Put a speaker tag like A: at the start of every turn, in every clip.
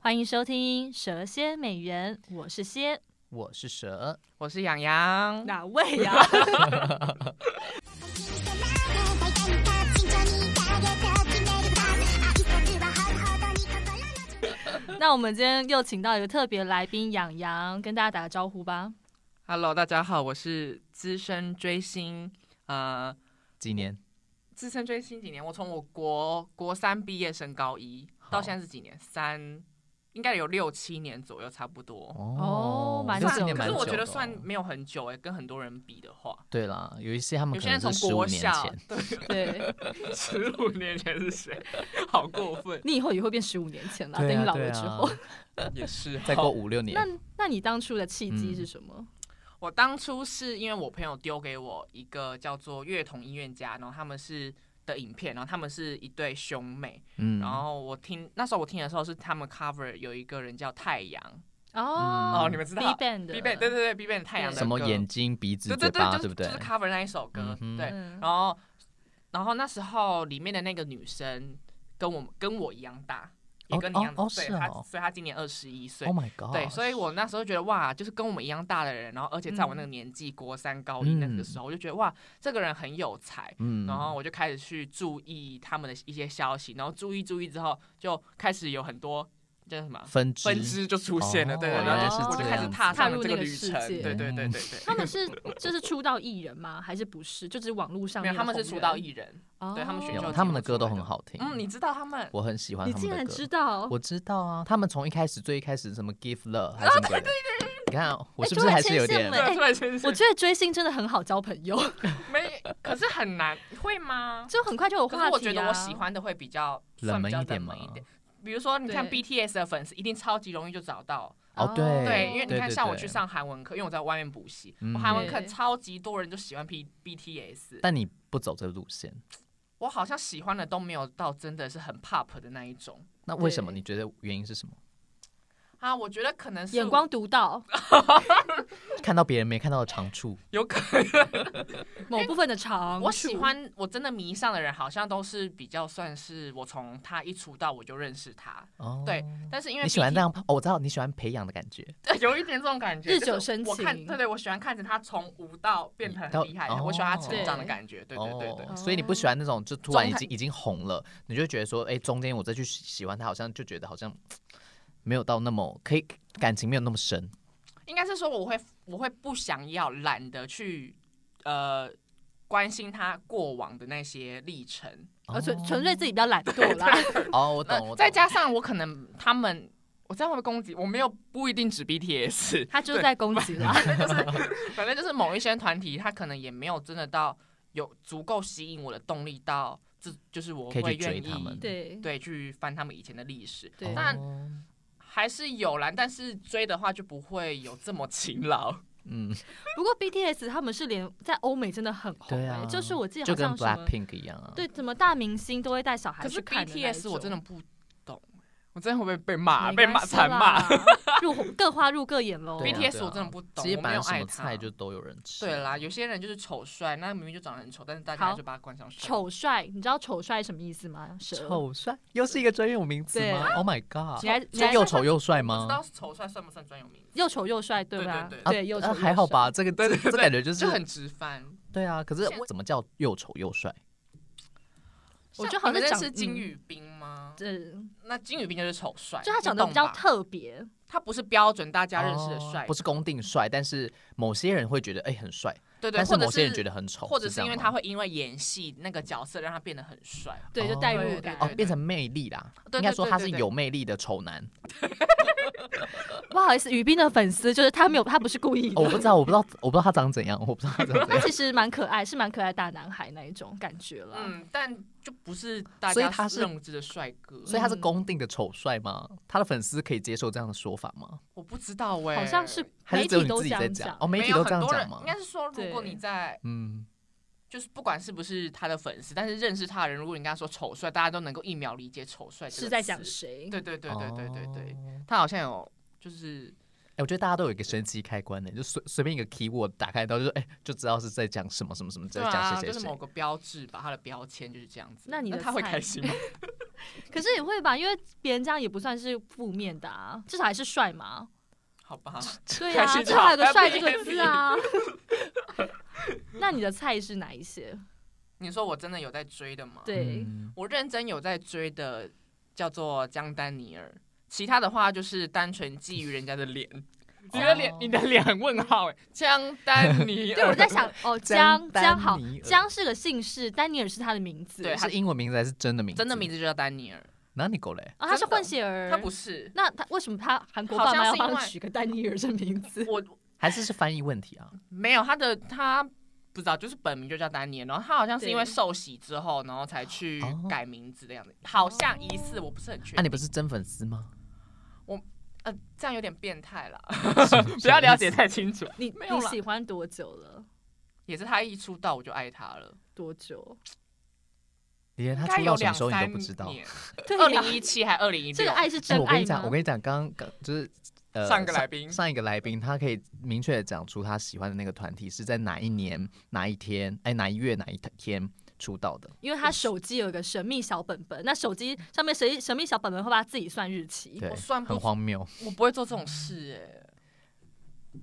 A: 欢迎收听《蛇蝎美人》，我是蝎，
B: 我是蛇，
C: 我是洋洋，
A: 哪位呀？ 那我们今天又请到一个特别来宾养羊，跟大家打个招呼吧。
C: Hello，大家好，我是资深追星，呃，
B: 几年？
C: 资深追星几年？我从我国国三毕业升高一到
B: 好
C: 现在是几年？三，应该有六七年左右，差不多。
A: 哦蛮
B: 这
A: 久
B: 是年
A: 的
B: 蛮
C: 可是
B: 久的哦。
C: 我觉得算没有很久哎、跟很多人比的话，
B: 对啦，有一些他们
C: 有
B: 可
C: 些
B: 能
C: 人从
B: 是十五
C: 国
B: 年
C: 小
B: 前，
C: 对，
A: 对
C: 十五年前是谁？好过分，
A: 你以后也会变十五年前了，
B: 对啊啊
A: 等你老了
B: 对啊
A: 之后。
C: 也是
B: 再过五六 年
A: 那，那你当初的契机是什么？
C: 我当初是因为我朋友丢给我一个叫做《乐童音乐家》，然后他们是的影片，然后他们是一对兄妹，
B: 嗯
C: 然后我听那时候我听的时候是他们 cover 有一个人叫太阳，
A: 哦
B: 嗯
C: 哦，你们知
A: b
C: 道
A: band 的
C: B b 对对对 B b a n 太阳的
B: 什么
C: 歌
B: 眼睛、鼻子、
C: 对
B: 嘴
C: 对
B: 巴，
C: 对，
B: 对不
C: 就是
B: 对
C: 就是？cover 那一首歌，
B: 嗯哼
C: 对，
A: 嗯
C: 然后然后那时候里面的那个女生跟我跟我一样大，也
B: 哦
C: 跟你一样大，
B: 哦哦
C: 对，
B: 是哦
C: 她所以她今年二十一岁
B: Oh，my god！
C: 对，所以我那时候觉得哇，就是跟我们一样大的人，然后而且在我
B: 嗯
C: 那个年纪，国三高一那个时候，我就觉得哇，这个人很有才。
B: 嗯
C: 然后我就开始去注意他们的一些消息，然后注意注意之后，就开始有很多叫什么
B: 分支
C: 分支就出现了，
B: 哦
C: 对对，
A: 原
C: 然
A: 来
C: 后
A: 是
C: 我就
A: 这
C: 开始
A: 样
C: 踏
A: 踏
C: 上了
A: 入
C: 这
A: 那
C: 个
A: 个
C: 旅
A: 世
C: 程，
A: 界
C: 对对对
B: 嗯
C: 对对。
A: 他们是就是出道艺人吗？还是不是？就是网络上
C: 没
A: 面
C: 有，
A: 的
C: 他们是
A: 红
C: 出
A: 人
C: 道，艺人。对他们选
A: 哦
C: 秀
B: 有
C: 节
B: 他们
C: 目
B: 的歌
C: 出
B: 都
C: 来
B: 很
C: 的
B: 好听，
C: 嗯，你知道他们？
B: 我很喜欢
A: 你
B: 他们
A: 竟
B: 的
A: 然
B: 歌
A: 知。道？
B: 我知道啊，他们从一开始最一开始什么 Give Love
C: 啊
B: 还是什么鬼的，你看啊我
A: 哎
B: 是
A: 突
B: 不是
A: 然
B: 还是
A: 牵
B: 有
A: 线
B: 点
A: 了哎
C: 突然间是
A: 我觉得追星真的很好交朋 友，
C: 没，可是很难，会吗？
A: 就很快就有
C: 可
A: 话题、啊。
C: 是我觉得我喜欢的会比较
B: 冷
C: 算
B: 门
C: 比较
B: 一点
C: 冷门
B: 吗
C: 一点。比如说，你看
A: 对
C: BTS 的粉丝一定超级容易就找到，
B: 哦对
C: 对，因为你
B: 对
C: 看
B: 对
C: 像我
B: 对
C: 去上韩文课，因为我在外面补习，
B: 嗯
C: 我韩文课
A: 对
C: 超级多人就喜欢 P BTS，
B: 但你不走这个路线，
C: 我好像喜欢的都没有到真的是很 pop 的那一种
B: 那为什么？
A: 对
B: 你觉得原因是什么？
C: 啊，我觉得可能是
A: 眼
C: 我
A: 光独到，
B: 看到别人没看到的长处，
C: 有可能，
A: 某部分的长处
C: 我喜，欢我真的迷上的人好像都是比较算是我从他一出道我就认识他，
B: 哦，
C: 对，但是因为
B: 你喜欢
C: BT
B: 这样，哦，我知道你喜欢培养的感觉，
C: 对， 有一点这种感觉，
A: 日
C: 就是
A: 久生
C: 我看，
A: 情
C: 对对，我喜欢看着他从无到变成
B: 到
C: 很厉害，
B: 哦
C: 我喜欢他成长的感觉，对对对对。
B: 哦所以你不喜欢那种就突然已
C: 中
B: 经已经红了，你就会觉得说，哎，中间我再去喜喜欢他，好像就觉得好像没有到那么可以感情没有那么深，
C: 应该是说我会我会不想要懒得去呃关心他过往的那些历程，
A: 呃，纯
B: 哦
A: 纯粹自己比较懒惰啦。
B: 哦，我懂，我
C: 那
B: 懂
C: 再加上我可能他们。我这样会不会攻击？我没有不一定 指 BTS，
A: 他就是在攻击啦，
C: 反正就是某一些团体，他可能也没有真的到有足够吸引我的动力到，这就是我
B: 可以去
C: 会
B: 追
C: 愿
B: 他们
C: 意
A: 对
C: 对去翻他们以前的历史。
A: 对
C: 当然
B: 哦
C: 还是有啦，但是追的话就不会有这么勤劳。
B: 嗯，
A: 不过 BTS 他们是连在欧美真的很红、
B: 对
A: 欸，
B: 啊，
A: 就是我记得
B: 就
A: 好
B: 跟
A: 像什么
B: Blackpink 一样啊，
A: 对什么大明星都会带小孩
C: 可
A: 去
C: 是
A: 看的那一
C: BTS
A: 种
C: 我真的不懂，我真的会不会被骂？
A: 没
C: 被骂
A: 关系
C: 惨骂
A: 啦。入红各花入各眼 喽。
B: 对啊
C: BTS 我真的不懂，
B: 其实
C: 我
B: 本
C: 没
B: 来
C: 有
B: 什
C: 爱
B: 么
C: 他
B: 菜。就都有人吃，
C: 对啦，有些人就是丑帅，那明明就长得很丑，但是大
A: 好
C: 家就把他冠上帅。
A: 丑帅，你知道丑帅什么意思吗？蛇
B: 丑帅又是一个专用名词
A: 对
B: 吗？Oh my god！
A: 你还你
B: 所以
A: 还
B: 又丑又帅
C: 不知道
B: 吗？
C: 丑帅算不算专有名？
A: 又丑又帅，对吧？
C: 对对
B: 啊
A: 又丑
B: 啊
A: 又
B: 还好
A: 帅？
B: 吧，这个这个这感觉就是
C: 就很直翻。
B: 对啊。可是
C: 现
B: 怎么叫又丑又帅？
A: 我觉
C: 就
A: 得好像
C: 认
A: 长
C: 识金
A: 嗯
C: 宇彬吗？
A: 这
C: 那金宇彬就是丑帅，
A: 就他
C: 你
A: 长得
C: 懂
A: 比较
C: 吧，
A: 特别，
C: 他不是标准大家认识的帅
B: 哦，不是公定帅，但是某些人会觉得哎很帅，
C: 对对，
B: 但是
C: 或者
B: 某些人
C: 是
B: 觉得很丑，
C: 或者
B: 是
C: 是
B: 这样
C: 因为
B: 吗
C: 他会因为演戏那个角色让他变得很帅。
A: 对，就
B: 哦
A: 代
C: 对
A: 入
C: 对
A: 感。
B: 哦
C: 对
B: 变成魅力啦，
C: 对对
B: 应该说他
C: 对
B: 是
C: 对对
B: 有魅力的丑男。
A: 不好意思，宇斌的粉丝就是他没有，他不是故意
B: 哦我
A: 的。
B: 不知道，我不知道，我不知道他长怎样，我不知道他长 怎
A: 他
B: 样。
A: 其实蛮可爱，是蛮可爱的大男孩那一种感觉了。
C: 嗯，但就不是大
B: 所以
C: 家
B: 他是
C: 认知的帅哥，
B: 所以他是
A: 嗯
B: 公定的丑帅吗？他的粉丝可以接受这样的说法吗？
C: 我不知道哎、
A: 好像是
B: 还
A: 媒
B: 是只有
A: 体
B: 你
A: 都这
B: 自己在
A: 样
B: 讲
A: 讲？
B: 哦，媒
C: 没
B: 体
C: 有
B: 都
C: 很
B: 这样
C: 多
B: 讲
C: 人
B: 吗
C: 应？该是说，如果
A: 对
C: 你在
B: 嗯，
C: 就是不管是不是他的粉丝，但是认识他的人，如果你跟他说丑帅，大家都能够一秒理解丑帅这个
A: 是在讲
C: 词
A: 谁？
C: 对对对对对对对，
B: 哦
C: 他好像有就是
B: 哎、我觉得大家都有一个神奇开关的，就随随便一个 keyword 打开到，就是哎、就知道是在讲什么什么什么，在
C: 对
B: 讲
C: 啊，
B: 谁谁
C: 就是
B: 谁
C: 某。个标志吧，它的标签就是这样子。
A: 那你的
C: 他会
A: 菜
C: 开心 吗？
A: 可是也会吧，因为别人这样也不算是负面的啊，至少还是帅嘛。
C: 好吧，
A: 对啊，
C: 开心
A: 至
C: 就
A: 少
C: 好
A: 有个帅这
C: happy
A: 个字 啊。那你的菜是哪一些？
C: 你说我真的有在追的吗？
A: 对，
B: 嗯
C: 我认真有在追的，叫做江丹尼尔。其他的话就是单纯觊觎人家的脸，你的脸，你的脸很问号哎，江丹尼尔。
A: 哦 对，我在 想，哦，江
B: 丹
A: 江好
B: 尼，尔
A: 江是个姓氏，丹尼尔是他的名字。
C: 对他
B: 是英文名字还是真的名字？
C: 真的名字就叫丹尼尔，
B: 哪里狗嘞？
A: 啊，他是
C: 真的
A: 混血儿。
C: 他不是
A: 那他为什么他韩国
C: 好
A: 爸
C: 像
A: 妈要
C: 是
A: 帮
C: 因
A: 他
C: 为
A: 取个丹尼尔这名字？
C: 我
B: 还是是翻译问题啊？
C: 没有他的他不知道，就是本名就叫丹尼尔，然后他好像是因为
A: 对
C: 受洗之后，然后才去
B: 哦
C: 改名字的样子，好像疑似，我不是很
B: 那、
C: 确定。
B: 啊你不是真粉丝 吗？
C: 呃，这样有点变态啦，
B: 不
C: 不要了解太清楚。
A: 你
C: 没有
A: 你
C: 啦
A: 喜欢多久了？
C: 也是他一出道我就爱他了，
A: 多久？
B: 连他
C: 应该
B: 出道什么
C: 有两
B: 时候你
C: 三
B: 都不知道。 啊
C: 年，
A: 对
C: 二
A: 呀
C: 零一七还二零一六。
A: 这个爱是
B: 哎
A: 真
B: 我跟
A: 爱
B: 你讲，我
A: 吗？
B: 跟你讲，刚刚就是呃
C: 上个来宾
B: 上一个来宾，他可以明确的讲出他喜欢的那个团体是在哪一年、哪一天、哎哪一月、哪一天出道的。
A: 因为他手机有一个神秘小本本，那手机上面神神秘小本本会帮他自己算日期。
B: 对
C: 我算，不
B: 很
C: 出
B: 荒谬。
C: 我不会做这种事哎、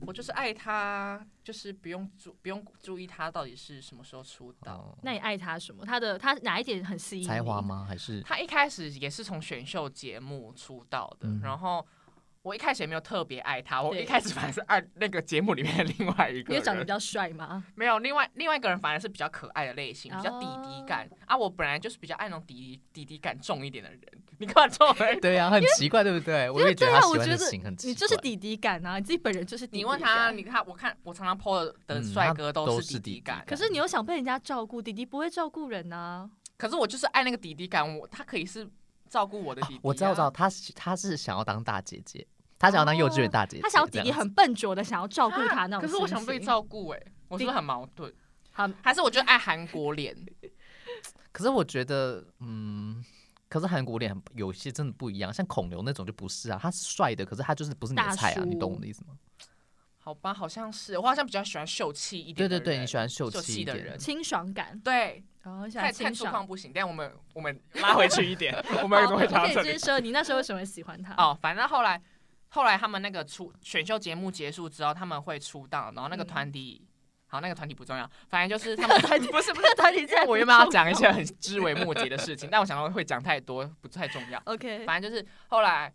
C: 我就是爱他，就是不用注不用注意他到底是什么时候出道。
B: 哦
A: 那你爱他什么？他的他哪一点很吸引你？
B: 才华？吗？还 是
C: 他一开始也是从选秀节目出道的，
B: 嗯
C: 然后我一开始也没有特别爱他，我
A: 对
C: 一开始反而是爱那个节目里面的另外一
A: 因
C: 个
A: 为长得
C: 人
A: 比，较帅吗？
C: 没有另外另外一个人反而是比较可爱的类型，比较
A: 哦
C: 弟弟感、啊。我本来就是比较爱那种弟弟弟弟感重一点的人，你干嘛这种人？
B: 对啊，很奇怪，对不对？我也觉
A: 对
B: 得
A: 啊
B: 他
A: 我
B: 喜欢
A: 觉
B: 的
A: 得
B: 型很奇怪。
A: 你就是弟弟感啊，你自己本人就是弟弟。啊
C: 你问他，，你看我看我常常 PO 的
B: 嗯
C: 帅
B: 他
C: 哥
B: 都
C: 都
B: 是
C: 是
B: 弟
C: 弟
B: 弟
C: 弟感，
A: 可是你又想被人家照顾，弟弟不会照顾人啊。
C: 可是我就是爱那个弟弟感，我他可以是照顾我的
B: 啊
C: 弟弟、啊
B: 我知道，我知道，，他是他是想要当大姐姐，他
C: 哦
B: 想要当幼稚园大姐姐，
A: 他想要弟弟很笨拙的想要照顾他那种心
C: 可
A: 情。
C: 是我想被照顾哎、我是不是很矛盾？
A: 好，
C: 还是我就爱韩国脸？
B: 这样。可是我觉得，嗯，可是韩国脸很有些真的不一样，像孔刘那种就不是啊，他是帅的，可是他就是不是你的菜
A: 大
B: 啊，
A: 叔
B: 你懂我的意思吗？
C: 好吧，好像是，我好像比较喜欢秀气一
B: 对
C: 点的
B: 对对，
C: 人。
B: 你喜欢秀
C: 秀
B: 气
C: 气
B: 一
C: 的
B: 点
C: 人
A: 清爽感，
C: 对，
A: 然后想
C: 太
A: 要
C: 太
A: 清
C: 粗
A: 爽
C: 犷。不行。但我们我们拉回去一 点，我们怎么会讲到
A: 可
C: 这
A: 以
C: 里
A: 接？受你那时候为什么会喜欢他？
C: 哦，反正后来后来他们那个出选秀节目结束之后，他们会出道，然后那个
A: 嗯
C: 团体。好，那个团体不重要，反正就是他 们
A: 团体
C: 不 是不是
A: 团体竟
C: 因为
A: 然
C: 我原
A: 不
C: 本要
A: 重
C: 讲一
A: 要
C: 些很枝微末节的事 情，但我想到会讲太多，不太重要。
A: OK，
C: 反正就是后来，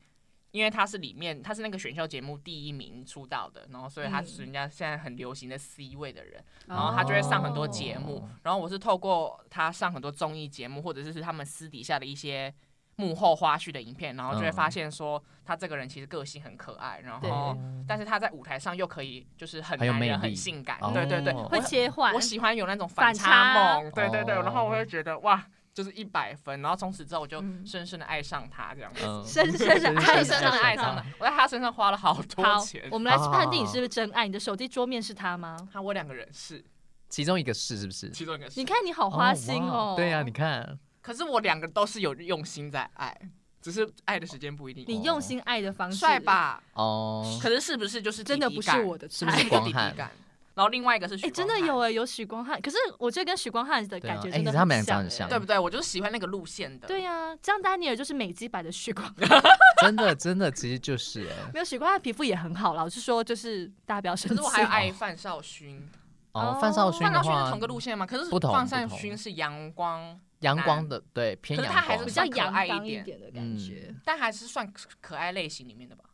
C: 因为他是里面他是那个选秀节目第一名出道的，然后所以他
A: 嗯
C: 是人家现在很流行的 C 位的人，然后他就会上很多节目，
B: 哦
C: 然后我是透过他上很多综艺节目，或者是他们私底下的一些幕后花絮的影片，然后就会
B: 嗯
C: 发现说他这个人其实个性很可爱，然
A: 对
C: 后
B: 哦
C: 但是他在舞台上又可以就是很
B: 很有
C: 男
B: 魅
C: 人很
B: 力
C: 性感，
B: 哦
C: 对对对，
B: 会
C: 我
A: 会切换
C: 我。喜欢有那种
A: 反
C: 差
A: 差
C: 梦，对对对，
B: 哦
C: 然后我会觉得哇，就是一百分，然后从此之后我就
A: 嗯
C: 深深的爱上他这样子。
B: 嗯
A: 深深的爱
C: 深
A: 上
C: 深
A: 了
C: 的爱上
B: 了
C: 他，我在他身上花了好多
A: 好
C: 钱，。
A: 我们来
B: 好好
A: 判定你
B: 好
A: 是不是真爱。你的手机桌面是他吗？
C: 他我两个人是
B: 其中一个是是不是？
C: 其中一个
A: 你
C: 是，
A: 看你好花心
B: 哇
A: 哦。
B: 对啊
C: 啊
B: 呀、你看，
C: 可是我两个都是有用心在爱，只是爱的时间不一定。
A: 你用心爱的方式，
C: 帅？吧？
B: 哦，
C: 可是是不是就是
A: 真的
C: 弟弟
A: 不是
C: 感
A: 我的
B: 是
A: 菜
B: 不。是
C: 一个
B: 光
C: 弟弟
B: 汉
C: 感？然后另外一个是
A: 哎，
C: 许
A: 真
C: 光
A: 的
C: 汉，
A: 有哎，有许光汉。可是我觉得跟许光汉的感觉
B: 对啊
A: 真的
B: 哎他们
A: 很
B: 俩长得
A: 像欸
B: 很像
C: 对不对？我就是喜欢那个路线的。
A: 对呀，江丹尼尔就是美肌版的许光，
B: 真的真的其实就是哎、
A: 没有许光汉皮肤也很好啦。我是说，就是大家不要生
C: 可
A: 气。
C: 是我还有爱范少勋，
B: 哦
A: 哦，
B: 范少勋
C: 范
B: 的
C: 少勋
B: 话
C: 是同，个路线吗？可是
B: 不同
C: 范
B: 不
C: 少
B: 同
C: 勋是阳光，
B: 阳光的对偏
C: 可是
B: 阳
C: 他还是
B: 光
A: 比
C: 比，
A: 较
C: 较
A: 阳
C: 阳
A: 刚
C: 刚
A: 一
C: 一
A: 点
C: 点嗯
A: 的感
B: 感
A: 觉
B: 觉。
C: 但还是算可可爱类型里面的吧？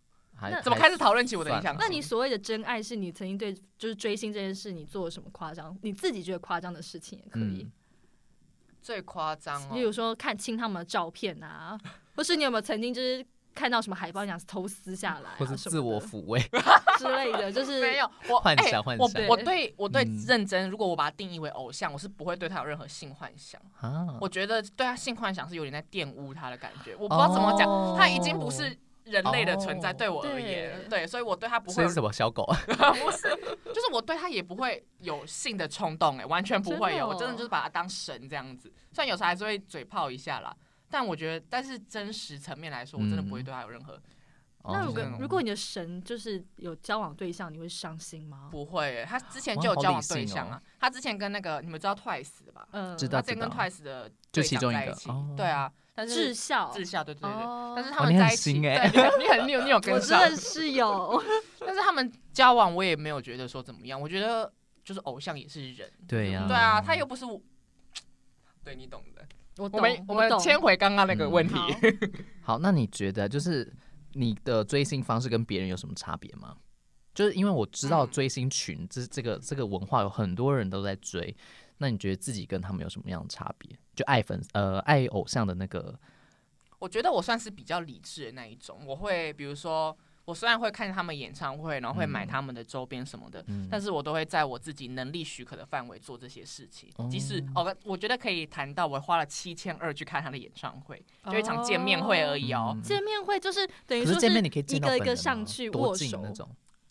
B: 还
A: 那
C: 怎么
B: 还
C: 开始讨论起我的
B: 算
C: 理想
B: 了
A: 那你所谓的真爱，是你曾经对就是追星这件事，你做了什么夸张？你自己觉得夸张的事情也可以，
B: 嗯
C: 最夸张
A: 例如
C: 哦？
A: 说看清他们的照片啊，或是你有没有曾经就是看到什么海报，你想偷撕下来、啊，
B: 或是自我
A: 什
B: 抚慰，
A: 么的之类的，就是
C: 没有，我
B: 幻
C: 哎
B: 想幻
C: 我
B: 想
C: 我对我对
B: 嗯
C: 认真，如果我把他定义为偶像，我是不会对他有任何性幻想。
B: 啊，
C: 我觉得对他性幻想是有点在玷污他的感觉，我不知道怎么讲，
A: 哦
C: 他已经不是人类的存在，
B: 哦
C: 对我而言，对，所以我对他不
B: 所以
C: 会有，
B: 是什么小狗？
C: 不是，就是我对他也不会有性的冲动，哎，完全不
A: 真
C: 会有，
A: 的哦
C: 我真的就是把他当神这样子，虽然有时候还是
B: 嗯
C: 会嘴炮一下啦，但我觉得，但是真实层面来说，我真的不会对他有任何
B: 哦
A: 那如果
C: 这种
A: 如果你的神就是有交往对象，你会伤心吗？
C: 不会欸耶，他之前
B: 哇
C: 就有
B: 好
C: 交
B: 理
C: 往对
B: 性
C: 象
B: 哦
C: 啊，他之前跟那个你们知道 Twice 的吧？
A: 嗯，
B: 知
C: 他
B: 道
C: 之前跟 Twice 的
B: 就
C: 队
B: 其
C: 长
B: 中一
C: 在
B: 个
C: 起
B: 哦
C: 对啊，但
A: 智
C: 是
A: 孝
C: 智孝对对对对，
A: 哦
C: 但是
B: 哦
C: 他
B: 你
C: 们
B: 很
C: 在一起，
B: 新欸
C: 对，你很你很你有你有
A: 我
C: 跟
A: 真
C: 上，
A: 的是 有，
C: 但是他们交往我也没有觉得说怎么样，我觉得就是偶像也是人，
B: 对呀、
C: 对啊，他又不是我，对你懂的。
A: 我
C: 我
A: 懂，
C: 们
A: 我
C: 我们
A: 懂
C: 先回刚刚那个问题，
A: 好
B: 嗯好，那你觉得就是你的追星方式跟别人有什么差别吗？就是因为我知道
C: 嗯
B: 追星群这这个这个文化有很多人都在追，那你觉得自己跟他们有什么样的差别？就爱粉呃爱偶像的那个
C: 我觉得我算是比较理智的那一种，我会比如说，我虽然会看他们演唱会，然后会买
B: 嗯
C: 他们的周边什么的，
B: 嗯
C: 但是我都会在我自己能力许可的范围做这些事情。即使
B: 哦
C: 哦，我觉得可以谈到我花了七千二去看他的演唱会， 就一场见面会而已哦。
B: 嗯
A: 见面会就是等于
B: 可
A: 说
B: 是见面你可以
A: 一
B: 见到
A: 个一
B: 本
A: 个
B: 人吗
A: 上去
B: 多
A: 握
B: 近
A: 手
B: 那，种，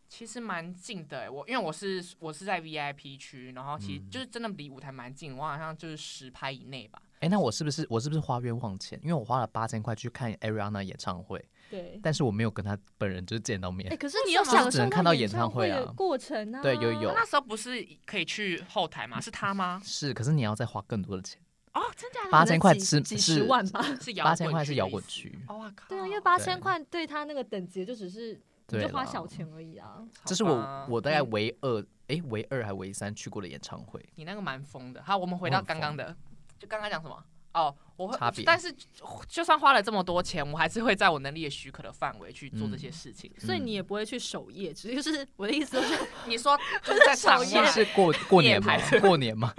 C: 其实蛮近的欸，我因为我是我是在 VIP 区，然后其实
B: 嗯
C: 就是真的离舞台蛮近，我好像就是十拍以内吧。
B: 哎、那我是不是我是不是花冤枉钱？因为我花了八千块去看 Ariana 演唱会，
A: 对。
B: 但是我没有跟他本人就是见到面。
A: 哎，可是你有
C: 为什么
A: 享
B: 只能
A: 受
B: 看
A: 到
B: 到演唱
A: 唱
B: 会啊
A: 的过程啊？
B: 对有有
C: 那时候不是可以去后台吗？是 他吗？
B: 是，可是你要再花更多的钱，
C: 哦，真假的？
A: 可
B: 八
A: 能
B: 千块
A: 几
B: 是
A: 几
B: 是
A: 十万吧？
C: 是摇
B: 八千
C: 滚
B: 块
C: 区
B: 是
C: 的
B: 摇
C: 意
B: 滚
C: 思
B: 区。
C: 哦，哇靠！
A: 对啊，因为八
B: 对
A: 千块对他那个等级就只是你
B: 对
A: 就花
B: 啦嗯
A: 小钱而已啊。
B: 这是我
C: 好吧
B: 我大概
C: 嗯
B: 唯二哎、唯二还唯三去过的演唱会，
C: 你那个蛮疯的。好，我们回
B: 我
C: 到
B: 很
C: 刚刚的，就刚刚讲什么？哦，我会
B: 差别
C: 但是就算花了这么多钱，我还是会在我能力的许可的范围去做这些事情。
A: 所以
B: 嗯
A: 你也不会去首页，只是就是我的意思，就是
C: 你说就是在场
A: 首页
C: 外
B: 是过过
C: 夜
B: 年吗
C: 排？
B: 过年吗？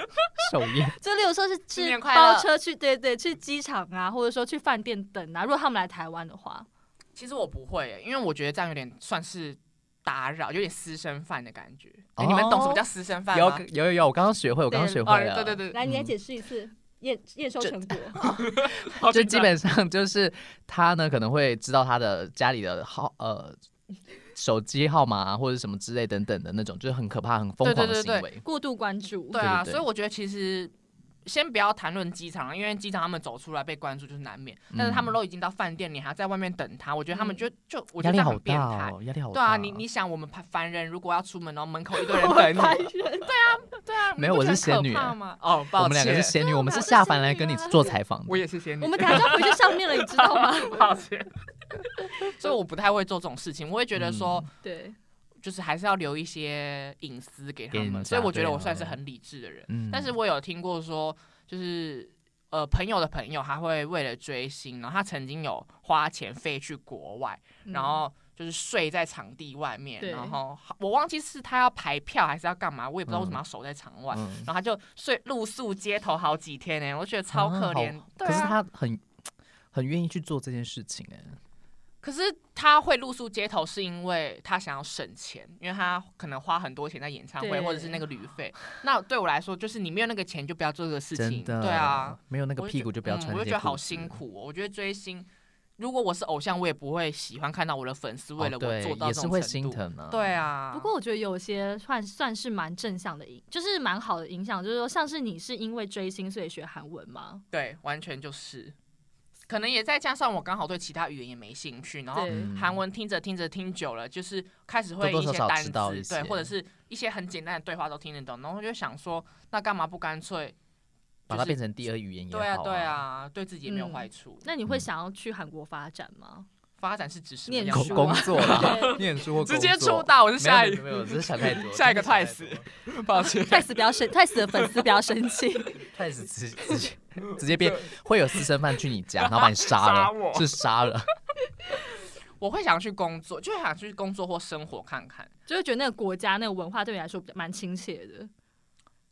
B: 首 页
A: 就例如说是
C: 新
A: 是
C: 年快乐
A: 包车去，对对，去机场啊，或者说去饭店等啊。如果他们来台湾的话，
C: 其实我不会耶、因为我觉得这样有点算是打扰，有点私生饭的感觉、哎你们懂什么叫私生饭
B: 哦有
C: 吗？
B: 有有有，我刚刚学会，我刚刚学会了。
C: 哦对对对，
A: 来，你来
B: 嗯
A: 解释一次验验收
B: 这
A: 成果。
C: 好
B: 就
C: 紧
B: 基
C: 张
B: 本上就是他呢可能会知道他的家里的号呃手机号码啊，或者什么之类等等的那种，就是很可怕、很疯狂的
C: 对对
B: 行
C: 对对
B: 为。
A: 过度关注，
C: 对啊，
B: 对对对
C: 所以我觉得其实先不要谈论机场了，因为机场他们走出来被关注就是难免，但是他
B: 嗯
C: 们都已经到饭店，你还要在外面等他，我觉得他们就就我觉
B: 压
C: 得这
B: 力
C: 样
B: 好
C: 很变
B: 大
C: 态。
B: 哦，压力好
C: 对
B: 大。
C: 啊，你你想我们凡凡人如果要出门，然后门口一 堆 人
A: 我
C: 等
A: 白
C: 你，
A: 人
C: 对啊，你
B: 没有
C: 不觉得
B: 我是仙
C: 很
B: 女欸
C: 可怕吗？哦，
B: 我
C: 抱
B: 们两个是
C: 歉，
B: 仙 女，我们
A: 我
B: 是
A: 是
B: 下凡来
A: 仙
B: 跟
A: 女
B: 你
A: 啊
B: 做采访
C: 我
B: 的。
C: 也是仙女，
A: 我们等下就要回去上面了，你知道吗？
C: 抱歉。 所以我不太会做这种事情，我会觉得
B: 嗯
C: 说，
A: 对，
C: 就是还是要留一些隐私给他
B: 给人
C: 们，
B: 家
C: 所以我觉得
B: 对
C: 我算
B: 嗯
C: 是很理智的人。
B: 嗯
C: 但是我有听过说，就是呃朋友的朋友，他会为了追星，然后他曾经有花钱飞去国外，然后就是睡在场地外面，
A: 对
C: 然后我忘记是他要排票还是要干嘛，我也不知道为什么要守在场外，
B: 嗯，
C: 然后他就睡露宿街头好几天呢、欸我觉得超
B: 啊
C: 可
B: 好
C: 怜。对
B: 可是
C: 啊
B: 他很很愿意去做这件事情哎。
C: 可是他会露宿街头，是因为他想要省钱，因为他可能花很多钱在演唱会
A: 对
C: 或者是那个旅费。那对我来说，就是你没有那个钱就不要做这个事
B: 真
C: 情。
B: 的，
C: 对啊，，
B: 没有那个
C: 我就
B: 屁股就不要
C: 嗯
B: 穿。
C: 我就觉得好辛。苦哦。我觉得追星，如果我是偶像，我也不会喜欢看到我的粉丝为了
B: 哦
C: 我
B: 对
C: 做到
B: 也是
C: 这种程度。
B: 会心疼啊。
C: 对，啊，
A: 不过我觉得有些算算是蛮正向的影，就是蛮好的影响，就是说像是你是因为追星所以学韩文吗？
C: 对，完全就是，可能也再加上我刚好对其他语言也没兴趣，然后
A: 对
B: 嗯
C: 韩文听着听着听久了，就是开始会
B: 多多
C: 一
B: 少
C: 些
B: 少
C: 单
B: 知道
C: 字，
B: 一些
C: 对，或者是一些很简单的对话都听得懂，然后我就想说，那干嘛不干脆
B: 把它变成第二语言也
C: 对啊
B: 好
C: 对。啊，对自己也没有坏处。
A: 那你会
B: 嗯
A: 想要去韩国发展 吗？
C: 发展是指什么
A: 念
C: 样
B: 工
A: 书
C: 子
A: 啊
B: 工作 啦，
A: 对
B: 念书或
C: 直接
B: 工作
C: 出道，我是
B: 没有
C: 下
B: 没
C: 一
B: 有没有，我只是想太多。
C: 下一个
B: 真的想
C: twice
B: 太多，
C: 抱歉，
A: 快死不要生，快死的粉丝不要生气。
B: 太直直直 接直接变会有私生饭去你家，然后把你杀
C: 杀
B: 了，
C: 我
B: 是杀了。
C: 我会想去工作，就会想去工作或生活看看。
A: 就会觉得那个国家那个文化对你来说比较蛮亲切的。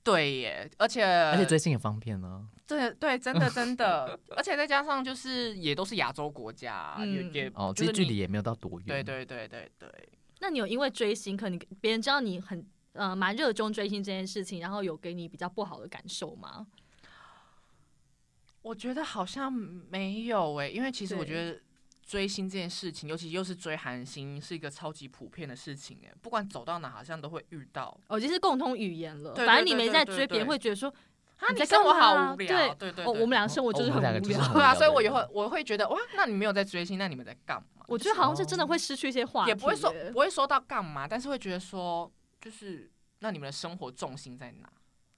C: 对耶，而且
B: 而且追星也方便啊呢。
C: 对对，真的真的，而且再加上就是也都是亚洲国家啊，也
A: 嗯
C: 也
B: 哦，
C: 就
B: 其
C: 是
B: 实距
C: 你
B: 离也没有到多远。
C: 对对对对对，
A: 那你有因为追星，可能别人知道你很呃蛮热衷追星这件事情，然后有给你比较不好的感受吗？
C: 我觉得好像没有诶、因为其实我
A: 对
C: 觉得追星这件事情，尤其又是追韩星，是一个超级普遍的事情诶、欸不管走到哪好像都会遇到。
A: 哦，就是共通语言了。
C: 对对
A: 反正你
C: 对
A: 没
C: 对
A: 在
C: 对
A: 追，别人
C: 对
A: 会觉得说
C: 啊，
A: 你
C: 你
A: 在
C: 生活
A: 干嘛
C: 好无
A: 对
C: 聊，对对
A: 哦，我们俩生活就是
B: 哦
A: 很
B: 我们两个
A: 无
B: 就是
A: 聊。
B: 很
C: 对啊，
B: 无聊
C: 所以我
B: 的
C: 以后我会觉得哇，那你没有在追星，那你们在干嘛？
A: 我觉得好像是真的会失去一些话题耶，
C: 也不会说不会说到干嘛，但是会觉得说，就是那你们的生活重心在哪？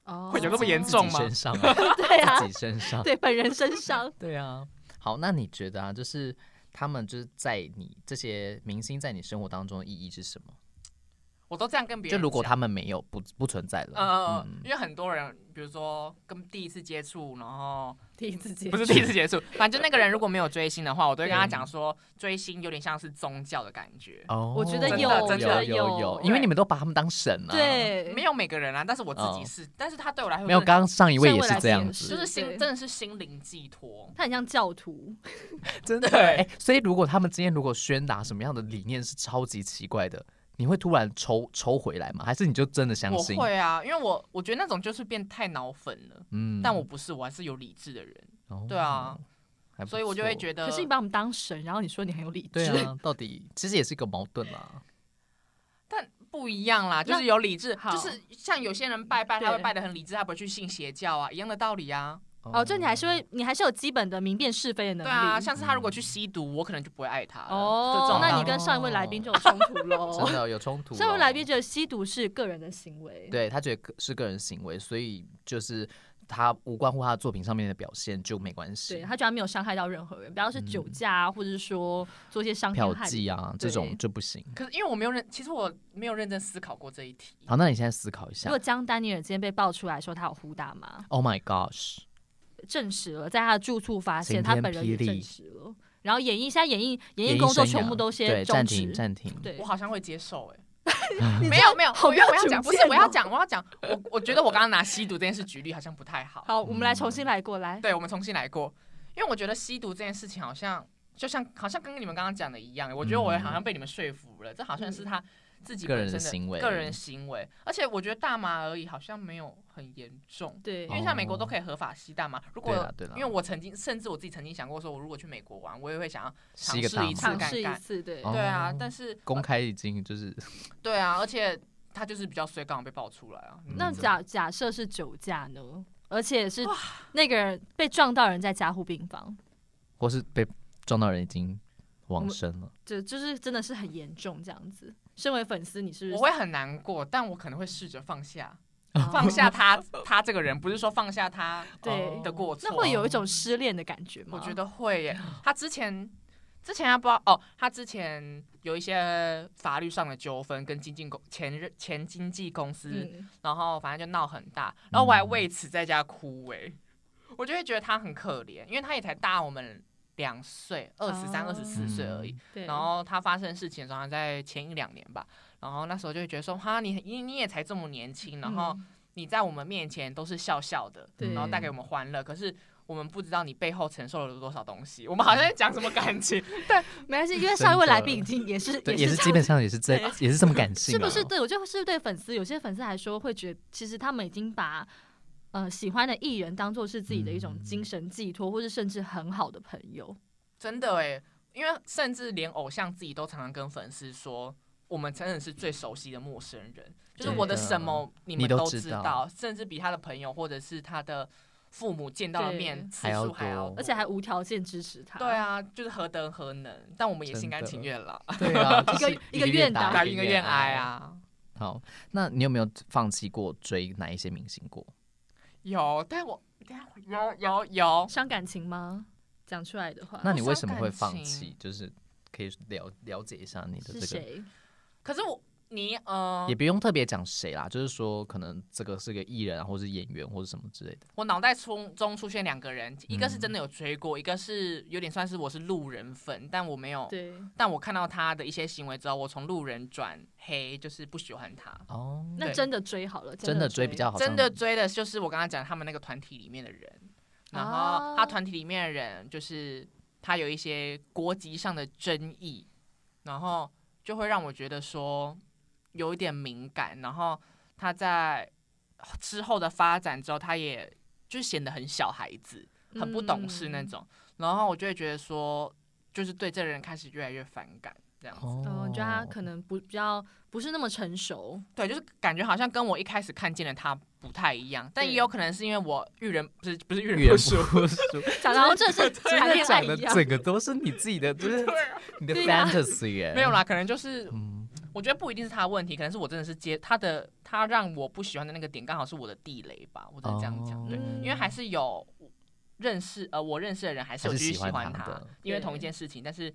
A: 哦，
C: 会有那么严
B: 自
C: 重
B: 己
C: 吗
B: 身上啊
A: 对啊
B: 自，己身上，
A: 对本人身 上，
B: 对啊。好，那你觉得啊，就是他们就是在你这些明星在你生活当中的意义是什么？
C: 我都这样跟别
B: 就
C: 人讲。
B: 如果他们没有不不存在了，
C: 呃，
B: 嗯，
C: 因为很多人，比如说跟第一次接触，然后
A: 第一次接
C: 不是第一次接触， 反正那个人如果没有追星的话，我都会跟他讲说，追星有点像是宗教的感觉。
B: 哦
A: 我觉得
C: 有
B: 有
C: 真
A: 的
B: 有
A: 有
B: 因为
C: 对
B: 你们都把他们当神啊。，
A: 对，
C: 没有每个人啊，但是我自己
B: 哦
C: 是，但是他对我来说
B: 没有，
C: 真的
B: 刚刚上一位也是这样
A: 是
B: 子，
C: 就是心
A: 对
C: 真的是心灵寄托。
A: 他很像教徒，
B: 真的
C: 对
B: 哎所以如果他们今天如果宣达什么样的理念是超级奇怪的，你会突然抽抽回来吗？还是你就真的相
C: 我
B: 信？
C: 会啊，因为我我觉得那种就是变太脑粉了，
B: 嗯
C: 但我不是，我还是有理智的人，
B: 哦
C: 对啊，
B: 还不
C: 所以我就会
B: 错
C: 觉得，
A: 可是你把我们当神，然后你说你很有理
B: 呃对
A: 智，
B: 啊，到底其实也是一个矛盾啦。
C: 但不一样啦，就
A: 那
C: 是有理智，
A: 好
C: 就是像有些人拜拜，
A: 对
C: 他会拜的很理智，他不会去信邪教啊，一样的道理啊。
A: 哦，就你
B: 嗯
A: 还是会，你还是有基本的明辨是非的能
C: 对
A: 力。
C: 啊，像是他如果去吸毒，我可能就不会爱
B: 呃
C: 他了就这
A: 哦
C: 种，
A: 那
C: 道
A: 你
C: 理
A: 跟上一位来宾就有冲突
B: 真
A: 喽。
B: 的有啊 冲突咯。哦
A: 上一位哦来宾觉得吸毒是个人的行为，
B: 对他觉得个是个人行为，所以就是他无关乎他的作品上面的表现就没关
A: 对
B: 系。
A: 他觉得他没有伤害到任何人，不要是酒
B: 嗯
A: 驾啊，或者是说做一些伤天
B: 票
A: 害理。
B: 记啊这
A: 对
B: 种就不行。
C: 可是因为我没有认，其实我没有认真思考过这一题。
B: 好，那你现在思考一
A: 如
B: 下
A: 果。江丹尼尔今天被爆出来说他有呼大麻，
B: Oh my gosh！
A: 证实了，在他的住处发现，
B: 晴
A: 他
B: 天
A: 本人也
B: 霹雳
A: 证实了。然后演艺现在演艺演
B: 演
A: 艺
B: 艺
A: 工作
B: 生涯
A: 全部都
B: 对
A: 先
B: 暂
A: 终
B: 停
A: 止。
B: 暂停。
A: 对
C: 我，好像会接受 哎、
A: 你
C: 没有没有，
A: 好
C: 我要
A: 没
C: 我
A: 有
C: 要
A: 主
C: 讲，不是
A: 见
C: 我要
A: 哦
C: 讲，我要讲，我我觉得我刚刚拿吸毒这件事举例好像不太好。
A: 好，我们
B: 嗯
A: 来重新来过来。
C: 对，我们重新来过，因为我觉得吸毒这件事情好像就像好像跟你们刚刚讲的一样，我觉得我好像被你们说服了，这好像是他自己
B: 嗯个
C: 本
B: 人的
C: 身
B: 行为
C: 个人行为，而且我觉得大麻而已，好像没有很严重。
A: 对
C: 因为像美国都可以合法吸大麻，如
B: 哦对
C: 果
B: 啦对啦
C: 因为我曾经甚至我自己曾经想过，说我如果去美国玩，我也会想要
B: 吸一个
C: 尝
B: 大
C: 试一
B: 麻
C: 次
A: 尝
C: 看
A: 试一
C: 看
A: 次，对，
B: 哦
C: 对啊，但是
B: 公开已经就是
C: 对啊，而且他就是比较衰，刚好被爆出来啊。
A: 那
B: 嗯
A: 假假设是酒驾呢？而且是那个人被撞到人在加护病房，
B: 或是被撞到人已经
A: 我
B: 往
A: 们
B: 生了。
A: 就就是真的是很严重这样子。身为粉丝，你是不
C: 我
A: 是
C: 会很难过，但我可能会试着放下，
A: 啊
C: 放下他，他这个人不是说放下 他
B: 哦
A: 对
C: 的过错，啊
A: 那会有一种失恋的感觉吗？
C: 我觉得会耶。
B: 哦
C: 他之前之前他不知道哦，他之前有一些法律上的纠纷，跟经纪公前任前经纪公司，
A: 嗯，
C: 然后反正就闹很大，然后
B: 嗯
C: 我还为此在家哭哎，我就会觉得他很可怜，因为他也才大我们两岁，二十三、
A: 哦
C: 二十四岁而已。
A: 对。
C: 然后他发生事情的时候，好像在前一两年吧，然后那时候就会觉得说，哈，你你你也才这么年轻，然后
A: 嗯
C: 你在我们面前都是笑笑的，
A: 对
C: 然后带给我们欢乐，可是我们不知道你背后承受了多少东西。我们好像在讲什么感情，
A: 没关系，因为上一位
B: 真的
A: 来宾已经也是
B: 对，也
A: 也
B: 是
A: 是
B: 基本上也是这
A: 对
B: 也是这么感性、
A: 是
B: 啊，
A: 不是？对我觉得是对粉丝，有些粉丝来说会觉得，其实他们已经把呃喜欢的艺人当做是自己的一种精神寄托，或是甚至很好的朋友。
B: 嗯
C: 真的哎，因为甚至连偶像自己都常常跟粉丝说。我们真的是最熟悉的陌生人，就是我的
B: 真的
C: 什么你们
B: 你都
C: 都
B: 知
C: 知
B: 道
C: 道，甚至比他的朋友或者是他的父母见到的
A: 对
C: 面次
B: 还要
C: 数还要
B: 多
A: 而且还无条件支持他。
C: 对，啊，就是何德何能，但我们也心甘情愿了，
B: 对 啊，就
A: 一个
B: 是
A: 一个愿
B: 愿
A: 打
C: 打一个愿挨
B: 挨。
C: 啊。
B: 好，那你有没有放弃过追哪一些明星过？
C: 有，但我等一下有有有，
A: 伤感情吗？讲出来的话，
B: 那你为
C: 伤
B: 什么
C: 哦感
B: 会放
C: 情
B: 弃？就是可以了了解一下你的
A: 是
B: 这个，
A: 谁？
C: 可是我你呃
B: 也，不用特别讲谁啦，就是说可能这个是个艺人啊，或是演员或者什么之类的。
C: 我脑袋中中出现两个人，一个是
B: 嗯
C: 真的有追过，一个是有点算是我是路人粉，但我没有，
A: 对，
C: 但我看到他的一些行为之后，我从路人转黑，就是不喜欢他。
B: 哦，
A: 那
C: 对
A: 真的追好了，
B: 真的追比较好像，
C: 真的追的就是我刚刚讲他们那个团体里面的人，然后他团体里面的人就是他有一些国籍上的争议，然后就会让我觉得说有一点敏感，然后他在之后的发展之后，他也就显得很小孩子，
A: 嗯
C: 哦很不懂事那种，然后我就会觉得说，就是对这个人开始越来越反感，这样子。
B: 哦
A: 嗯，我觉得他可能不比较不是那么成 熟，
C: 对，就是感觉好像跟我一开始看见的他不太一样，但也有可能是因为我遇人不是不是遇
B: 语言
C: 人
B: 不
C: 不
B: 熟
C: 淑，，
A: 讲到这是
C: 对
A: 谈恋
B: 真的
A: 爱啊
B: 讲的
A: 一样，
B: 整个都是你自己的，就是
C: 哎对啊
B: 你的
A: 对呀
B: fantasy 耶。
C: 没有，啦，可能就是
B: 嗯，
C: 我觉得不一定是他的问题，可能是我真的是接他的，他让我不喜欢的那个点刚好是我的地雷吧，我只能这样讲，
B: 哦
C: 对，
A: 嗯
C: 因为还是有认识呃我认识的人还是有
B: 还是
C: 继
B: 喜
C: 续喜
B: 欢
C: 欢
B: 他
C: 他
B: 的，
C: 因为
A: 对
C: 同一件事情，但是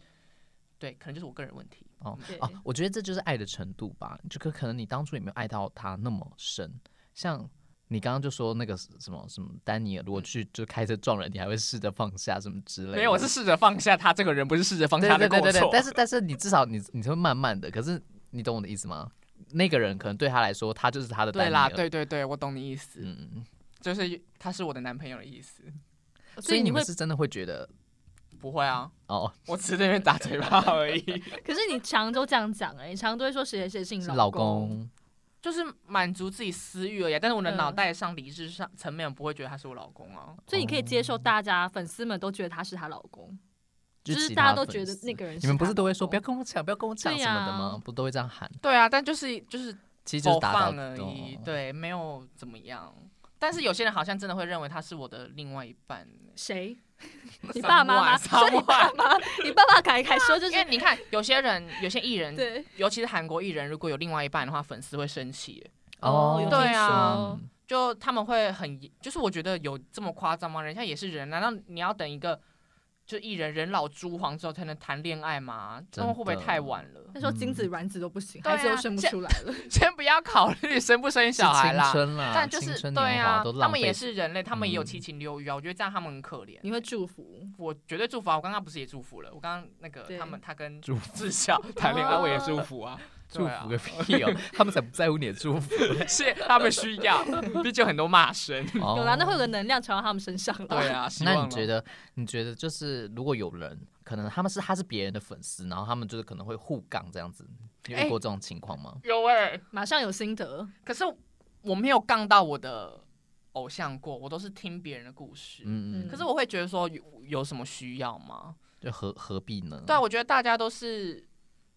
C: 对，可能就是我个人问题，
A: 对
B: 哦，我觉得这就是爱的程度吧，就可可能你当初也没有爱到他那么深，像。你刚刚就说那个什么什么丹尼尔，如果去就开车撞人，你还会试着放下什么之类的。
C: 没有，我是试着放下他这个人，不是试着放
B: 对
C: 下他
B: 对
C: 的
B: 对
C: 过
B: 对对
C: 错，，
B: 但是但是你至少你你会慢慢的，可是你懂我的意思吗？那个人可能对他来说，他就是他的丹
C: 对
B: 尼
C: 啦，
B: 尔
C: 对对对，我懂你意思，
B: 嗯，
C: 就是他是我的男朋友的意思，
A: 所
B: 所
A: 以
B: 以
A: 你
B: 你
A: 会
B: 们，是真的会觉得
C: 不会啊，
B: 哦，
C: 我只是在那边打嘴巴 而已，
A: 可是你常都这样讲哎，你常都会说谁谁谁是你
B: 是老
A: 公，
B: 公
C: 就是满足自己私欲而已。但是我的
A: 嗯
C: 脑袋上、理智上层面，不会觉得他是我老公啊。
A: 所以
B: 哦
A: 你可以接受大家粉丝们都觉得他是她老公，就是
B: 其
A: 大
B: 他
A: 家都
B: 粉
A: 觉得
B: 丝
A: 那个人，
B: 你们不是都会说不要
A: 要，
B: 跟我抢，不要跟我抢
A: 对
B: 什么的吗？
A: 呀
B: 不都会这样喊？
C: 对啊，但就是就是
B: 其实就是
C: 否
B: 打到
C: 放而已
B: 哦，
C: 对，没有怎么样。但是有些人好像真的会认为他是我的另外一半。欸
A: 谁？ 你爸妈吗？说
C: Someone，
A: 你爸 妈，你爸爸改改说就
C: 因
A: 是
B: 啊
C: 为你看，有些人，有些艺人，
A: 对
C: 尤其是韩国艺人，如果有另外一半的话，粉丝会生气，
A: 哦有听
B: 哦，
C: 对啊
A: 说
B: 嗯
C: 就他们会很，就是我觉得有这么夸张吗？人家也是人，难道你要等一个就艺人人老珠黄之后才能谈恋爱吗？这
B: 真的
C: 会不会太晚了？
A: 那时候精
B: 嗯
A: 子卵子都不行，
C: 对啊
A: 孩子都生不出来 了。
C: 先不要考虑生不生
B: 是
C: 小孩啦
B: 青，春啦，
C: 但就
B: 青
C: 是
B: 春
C: 对
B: 年华
C: 啊
B: 都，
C: 他
B: 浪
C: 们
B: 费
C: 也是人类，他们也有
B: 嗯
C: 七情六欲啊。我觉得这样他们很可怜。
A: 你会祝福？
C: 我绝对祝福啊！我刚刚不是也祝福了？我刚刚那个
A: 对
C: 他们，他跟
B: 祝
C: 志孝谈恋爱，
A: 哦
C: 我也祝 福啊，
B: 祝
C: 对啊
B: 福 个屁哦， 他们才不在乎你的祝福。
C: 是他们需要，毕竟有很多 骂声。
A: 有
B: 有
A: 啦，那会有个能量传到他们身上了。
C: 对啊，希
B: 那
C: 望
B: 你哦觉
C: 咯
B: 得？你觉得就是如果有人可能他们是他是别人的粉丝，然后他们就是可能会互杠这样子，你有遇
C: 哎
B: 过这种情况吗？
C: 有哎、
A: 马上有心得，
C: 可是我没有杠到我的偶像过，我都是听别人的故事。
B: 嗯
A: 嗯
B: 嗯，
C: 可是我会觉得说有有什么需要吗？
B: 就何何必呢？
C: 对啊，我觉得大家都是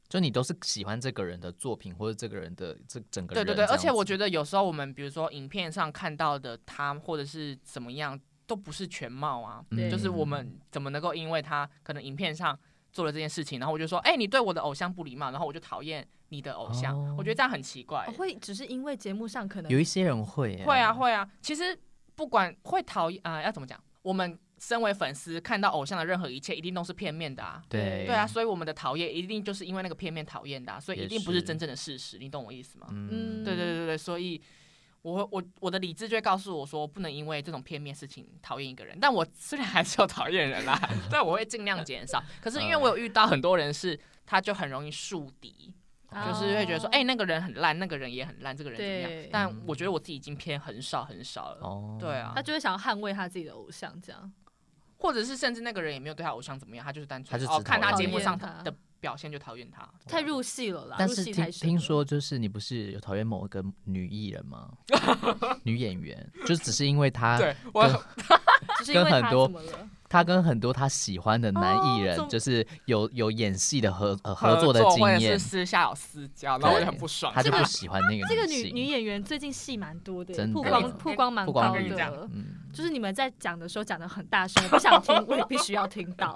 B: 就你都是喜欢这个人的作品或者这个人的这整个
C: 对
B: 人这
C: 对
B: 样子，
C: 对，而且我觉
B: 得
C: 得有时候我们比如说影片上看到的他或者是怎么样，都不是全貌啊。
B: 嗯
A: 对
C: 就是我们怎么能够因为他可能影片上做了这件事情，然后我就说，哎、你对我的偶像不礼貌，然后我就讨厌你的偶像，
B: 哦
C: 我觉得这样很奇怪
A: 哦。会只是因为节目上可能
B: 有一些人会耶
C: 会啊，会啊，其实不管会讨厌啊、要怎么讲，我们身为粉丝看到偶像的任何一切，一定都是片面的啊。
B: 对
C: 对啊，，所以我们的讨厌一定就是因为那个片面讨厌的、啊，所以
B: 也
C: 一定不是
B: 是
C: 真正的事实，你懂我意思吗？
A: 嗯
B: 嗯，
C: 对对对对，所以我会我我的理智就会告诉我说，不能因为这种片面事情讨厌一个人。但我虽然还是有讨厌人啦， 但我会尽量减少。可是因为我有遇到很多人是，他就很容易树敌，就是会觉
A: 哦
C: 得说，哎、那个人很烂，那个人也很烂，这个人怎么
A: 对
C: 样？但我觉得我自己已经偏很少很少了。
B: 嗯哦，
C: 对啊
A: 他，就会想要捍卫他自己的偶像，这样
C: 或者是甚至那个人也没有对他偶像怎么样，他就是单纯
B: 他就
C: 哦
B: 只
C: 看
B: 讨
C: 他
B: 厌
C: 节目上
A: 他
C: 的表现就讨厌他，
A: 太入戏了啦。
B: 但
A: 入
B: 是
A: 戏
B: 听
A: 太深
B: 听
A: 了
B: 说，就是你不是有讨厌某一个女艺人吗？ 女演员，就只是因为她
C: 对我
B: 跟
A: 只是因为
B: 跟很
A: 他
B: 多
A: 怎么了？
B: 她跟很多她喜欢的男艺
C: 哦
B: 人，
C: 怎
B: 就是有有演戏的合呃合作的经
C: 或者是
B: 验，
C: 私下有私交，然后我就很
B: 对
C: 不爽。
B: 她就不喜欢那个
A: 这个
B: 明
A: 女
B: 星
A: 女演员最近戏蛮多的耶，
B: 真
A: 曝
B: 的
A: 光曝光蛮
B: 曝
A: 高
B: 光率
A: 的。
B: 嗯，
A: 就是你们在讲的时候讲的很大声，我不想听，我也必须要听 到。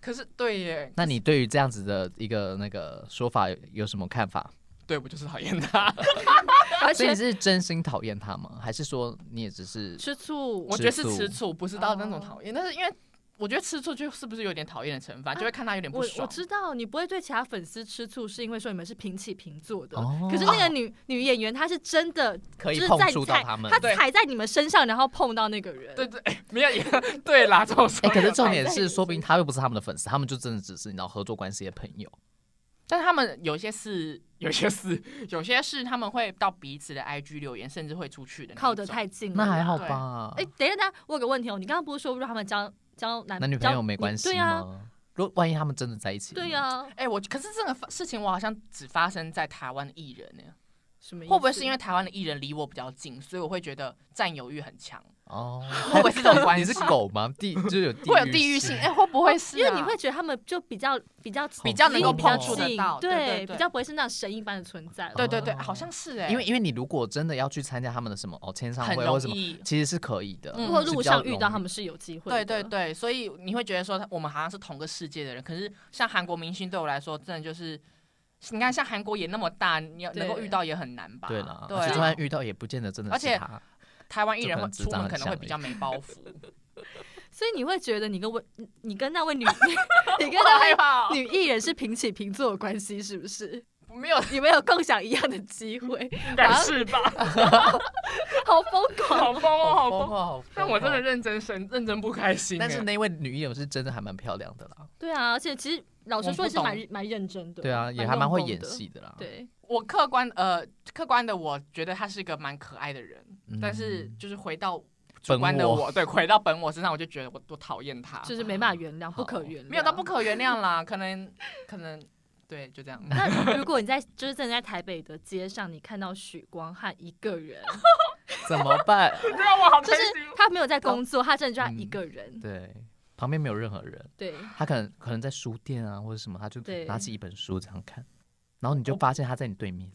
C: 可是对耶，
B: 那你对于这样子的一个那个说法有有什么看法？
C: 对我就是讨厌他，
A: 而
B: 所以
A: 且
B: 你是真心讨厌她吗？还是说你也只是
A: 吃醋
C: 我觉得是吃
B: 吃
C: 醋，不是到那
A: 哦
C: 种讨厌，但是因为我觉得吃醋就是不是有点讨厌的成分，就会看他有点不
A: 啊我我
C: 爽。
A: 知道你不会对其他粉丝吃醋，是因为说你们是平起平坐的。
B: 哦
A: 可是那个女、女演员，她是真的
B: 可以
A: 就是
B: 碰
A: 在
B: 触
A: 踩
B: 到他们？
A: 她
C: 对
A: 踩在你们身上，然后碰到那个人。
C: 对对，哎没有 也对啦，这种说
B: 哎、可是重
A: 踩
B: 点
A: 在你
B: 是，说不定
A: 身
B: 他又不是他们的粉丝，他们就真的只是你知道合作关系的朋友。
C: 但他们有些是，有些是，有些是他们会到彼此的 IG 留言，甚至会出去的那一种，
A: 靠得太近了
B: 那还好
C: 对
B: 吧？
A: 哎、等一下，等一下，我有个问题哦，你刚刚不是说让他们交交男
B: 男女朋
A: 啊交
B: 友没关
A: 女
B: 系
A: 对呀、
B: 吗？如果万一他们真的在一起，
A: 对啊呀、、
C: 哎、我可是这个发事情我好像只发生在台湾的艺人呢、
A: 什么意思？
C: 会不会是因为台湾的艺人离我比较近，所以我会觉得占有欲很强？
B: 哦，
C: 会不会是这种关
B: 你
C: 系？
B: 是狗吗？地就有地
C: 会有地域性？哎、会不会是、啊？
A: 因为你会觉得他们就比较比较
C: 比较能够
A: 近比较
C: 碰触得
A: 近
C: 到对对
A: 对，
C: 对
A: 比较不会是那种神一般的存在了。
C: 对对对，
B: 哦
C: 好像是哎、
B: 因为因为你如果真的要去参加他们的什么哦签唱
C: 很
B: 会或什
C: 容
B: 么，
C: 易。
B: 其实是可以的。
C: 嗯
A: 如果
B: 是
A: 路
B: 比较
A: 上遇到
B: 容易
A: 他们是有机会
C: 对
A: 的，
C: 对对，所以你会觉得说他我们好像是同个世界的人，可是像韩国明星对我来说，真的就是，你看像韩国也那么大，你要能够
A: 对
C: 遇到也很难吧？
B: 对啦，
C: 对
B: 而且就
C: 啊
B: 算遇到也不见得真的
C: 而且
B: 是他。
C: 台湾艺
B: 就
C: 人
B: 可
C: 会
B: 能只
C: 出
B: 长
C: 门
B: 得
C: 可能
B: 像而
C: 会比
B: 已
C: 较没包袱，
A: 所以你会觉得你跟位你你跟那位女你跟
C: 好
A: 那
C: 害
A: 位
C: 怕哦，
A: 女艺人是平起平坐的关系，是不是？
C: 没有
A: 你们有共享一样的机会，
C: 应
A: 好像
C: 是吧？
A: 好疯狂！
C: 好疯哦，好
B: 疯狂，
C: 疯！
B: 好
C: 但我真的
B: 疯狂。
C: 认真生认真不开心欸。
B: 但是那位女艺人是真的还蛮漂亮的啦，
A: 对啊，而且其实老实说也是
C: 我不懂
A: 蛮蛮认真的，
B: 对啊，也还蛮会演戏的啦
A: 蛮。用功的。，对，
C: 我客观呃客观的，我觉得他是一个蛮可爱的人，但是就是回到
B: 嗯
C: 主
B: 本
C: 观的
B: 我
C: 我，对回到本我身上，我就觉得我多讨厌他，
A: 就是没办法原谅，
B: 好
A: 不可原谅，
C: 没有到不。可原 谅啦，可能可能对，就这 样。
A: 那如果你在就是真的在台北的街上，你看到许光汉一个人，
B: 怎么办？
C: 让我 好
A: 就是他没有在工作，他真的就他一
B: 嗯
A: 个人，
B: 对，旁边没有任何人，
A: 对
B: 他可能可能在书店啊或者什么，他就
A: 对
B: 拿起一本书这样看，然后你就发现他在你对面，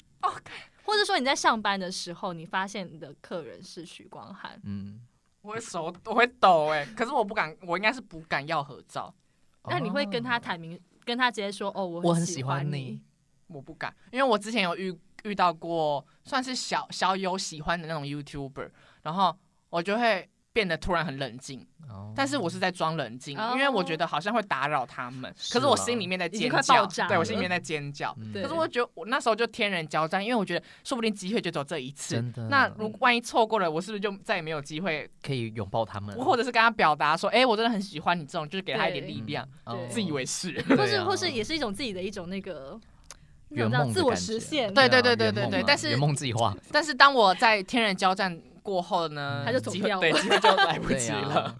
A: 或者说你在上班的时候，你发现你的客人是许光汉，
B: 嗯，
C: 我会手我会抖哎、可是我不敢，我应该是不敢要合照，
A: 那你会跟他
B: 哦
A: 坦明，跟他直接说哦，
B: 我
A: 我
B: 很
A: 很
B: 喜欢
A: 欢
B: 你，
C: 我不敢，因为我之前有遇遇到过算是小小有喜欢的那种 YouTuber，然后我就会变得突然很冷静，
B: 哦
C: 但是我是在装冷静，
A: 哦
C: 因为我觉得好像会打扰他们，
B: 是
C: 可是我
B: 啦
C: 心里面在
A: 已
C: 尖
A: 经快
C: 叫
A: 爆炸，
C: 对我
B: 了
C: 心里面在尖叫。
B: 嗯
A: 对
C: 可是我觉得我那时候就天人交战，因为我觉得说不定机会就只有这一次
B: 真。的
C: 那如万一错过了，我是不是就再也没有机会？
B: 可以拥抱他们，
C: 或者是跟他表达说，哎、我真的很喜欢你这种，就是给他一点
A: 对
C: 力量，哦
B: 嗯
A: 对
C: 自以为是。
A: 或
B: 对
A: 是
B: 啊
A: 或是也是一种自己的一种那个，那
B: 圆
A: 种叫
B: 梦的
A: 自我
B: 感觉
A: 实现，
C: 对
B: 啊
C: 对对
B: 圆
C: 对
B: 梦
C: 对
B: 嘛
C: 但是
B: 圆梦计 划
C: 但是当我在天人交战过后呢，
A: 他就走
C: 机会
A: 掉
C: 对，
A: 了
C: 机会就来不
B: 对
C: 及
B: 呀
C: 了。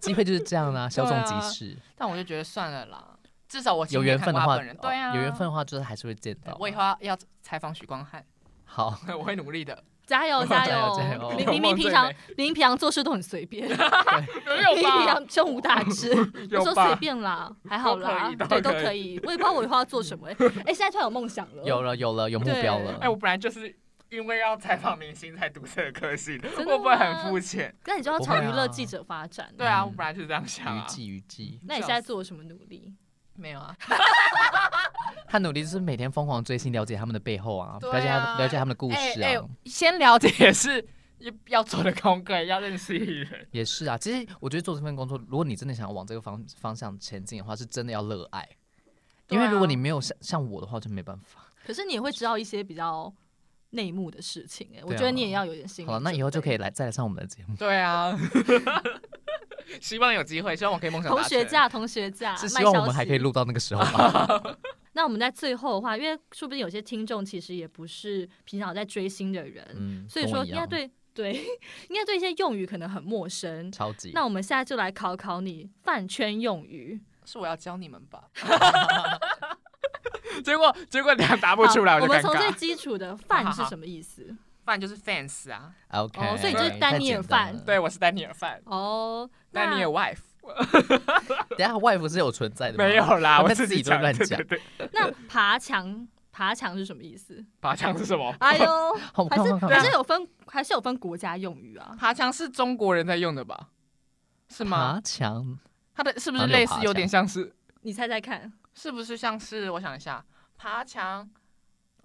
B: 机会就是这样啦，稍纵即
C: 对啊
B: 逝。
C: 但我就觉得算了啦，至少我亲
B: 有
C: 眼
B: 缘
C: 看
B: 分的
C: 过他
B: 话，哦
C: 本人对啊，
B: 有缘分。的话就是还是会见到。
C: 我以后要要采访许光汉，
B: 好，
C: 我会努力的。
A: 加
C: 哦
A: 油加
B: 加油加
A: 油
B: 油！
A: 明明明平常明明平常做事都很随便， 明
C: 有
A: 明平？常胸无大 志，我说随便啦，还好啦，
C: 都可以
A: 对，都
C: 都可
A: 可以。我也不知道我以后要做什 么，哎，哎现在突然有梦想了，
B: 有了有了有目
A: 对
B: 标了。
C: 哎、我本来就是因为要采访明星才读这个科系的，
A: 真的
C: 会不会
A: 吗
C: 很肤浅？
A: 那你就要
B: 不
A: 朝
B: 会
A: 娱乐
B: 啊
A: 记者发展。
C: 对啊，
B: 嗯
C: 我本来就是这样想
B: 虞
C: 啊。
B: 姬虞姬，
A: 那你现在做什么努力？
C: 没有啊，
B: 他努力就是每天疯狂追星，了解他们的背后啊，
C: 对
B: 了解
C: 啊
B: 他了解他们的故事
C: 哎
B: 啊
C: 哎，先了解也是要做的功课，要认识艺人。
B: 也是啊。其实我觉得做这份工作，如果你真的想要往这个方方向前进的话，是真的要热爱。因为如果
C: 啊
B: 你没有像像我的话，就没办法。
A: 啊可是你也会知道一些比较内幕的事情，哎，我
B: 对啊
A: 觉得你也要有点心理准备。
B: 好了，那以后就可
A: 以。
B: 以来再来上我们的节目。
C: 对啊，希望有机会，希望我可以梦想
A: 同
C: 达
A: 学
C: 成。
A: 价，同学价，
C: 啊
B: 是
A: 卖
B: 希望我
A: 消
B: 们还
A: 息
B: 可以录到那个时候吧？
A: 那我们在最后的话，因为说不定有些听众其实也不是平常在追星的人，
B: 嗯，
A: 所以
B: 跟我
A: 说
B: 一
A: 应该
B: 样
A: 对对，应该对一些用语可能很陌生。
B: 超级。
A: 那我们现在就来考考你饭圈用语，
C: 是我要教你们吧。 结果结果俩答不
A: 好
C: 出来，
A: 我
C: 就尴
A: 们从最
C: 尬。
A: 基础的 饭
C: 好
A: 是
C: 好
A: 什么意思？
C: 饭就是 fans 啊，
B: OK，
A: 哦所以
C: 你就是
A: 丹尼尔范
B: 范。
C: 对，我是丹尼尔饭，
A: 哦，
C: 丹尼
A: 那
C: 尔 wife
B: 等一下外服是有存在的吗？
C: 没有啦，
B: 他
C: 我
B: 们自己
C: 讲
B: 都乱
C: 对对
B: 讲
C: 对，
A: 那爬墙爬墙是什么意 思？
C: 爬墙是什么？
A: 哎呦，
B: 好，我
A: 还
B: 看
A: 是
B: 看看
A: 还是有分还是有分国家用语啊？
C: 爬墙是中国人在用的吧？是吗？
B: 爬墙
C: 它的是不
B: 好
C: 是
B: 像有
C: 类似
B: 爬
C: 有点像是？
A: 你猜猜看，
C: 是不是像是？我想一下，爬墙